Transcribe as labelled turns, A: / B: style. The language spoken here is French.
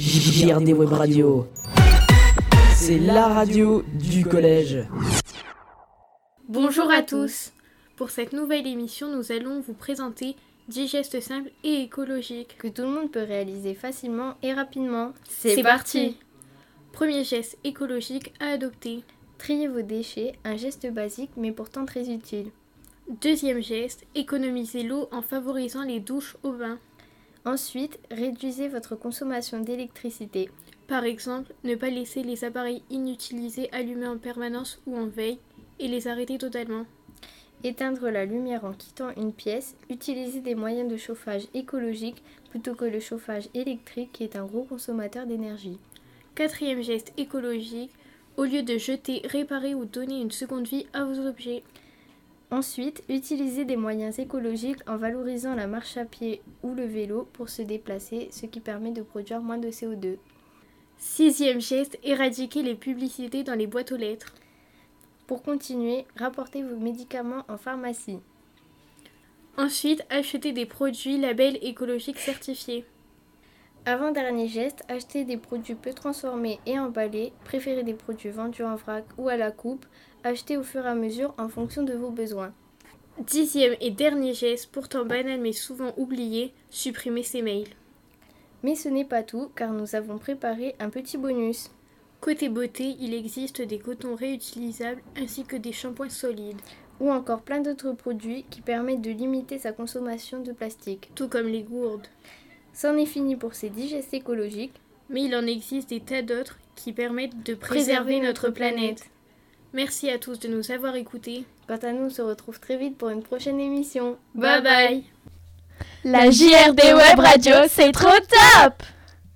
A: JDR des web radios. C'est la radio du collège.
B: Bonjour à tous. Pour cette nouvelle émission, nous allons vous présenter 10 gestes simples et écologiques.
C: que tout le monde peut réaliser facilement et rapidement.
B: Premier geste écologique à adopter.
C: Trier vos déchets, un geste basique mais pourtant très utile.
B: Deuxième geste, économiser l'eau en favorisant les douches au bain.
C: Ensuite, réduisez votre consommation d'électricité.
B: Par exemple, ne pas laisser les appareils inutilisés allumés en permanence ou en veille et les arrêter totalement.
C: Éteindre la lumière en quittant une pièce. Utilisez des moyens de chauffage écologiques plutôt que le chauffage électrique qui est un gros consommateur d'énergie.
B: Quatrième geste écologique, au lieu de jeter, réparer ou donner une seconde vie à vos objets.
C: Ensuite, utilisez des moyens écologiques en valorisant la marche à pied ou le vélo pour se déplacer, ce qui permet de produire moins de CO2.
B: Sixième geste, éradiquer les publicités dans les boîtes aux lettres.
C: Pour continuer, rapportez vos médicaments en pharmacie.
B: Ensuite, acheter des produits labels écologiques certifiés.
C: Avant-dernier geste, achetez des produits peu transformés et emballés, préférez des produits vendus en vrac ou à la coupe, achetez au fur et à mesure en fonction de vos besoins.
B: Dixième et dernier geste, pourtant banal mais souvent oublié, supprimer ses mails.
C: Mais ce n'est pas tout car nous avons préparé un petit bonus.
B: Côté beauté, il existe des cotons réutilisables ainsi que des shampoings solides,
C: Ou encore plein d'autres produits qui permettent de limiter sa consommation de plastique.
B: tout comme les gourdes.
C: C'en est fini pour ces 10 gestes écologiques.
B: Mais il en existe des tas d'autres qui permettent de préserver notre planète. Merci à tous de nous avoir écoutés.
C: Quant à nous, on se retrouve très vite pour une prochaine émission.
B: bye, bye.
D: La JRD Web Radio, c'est trop top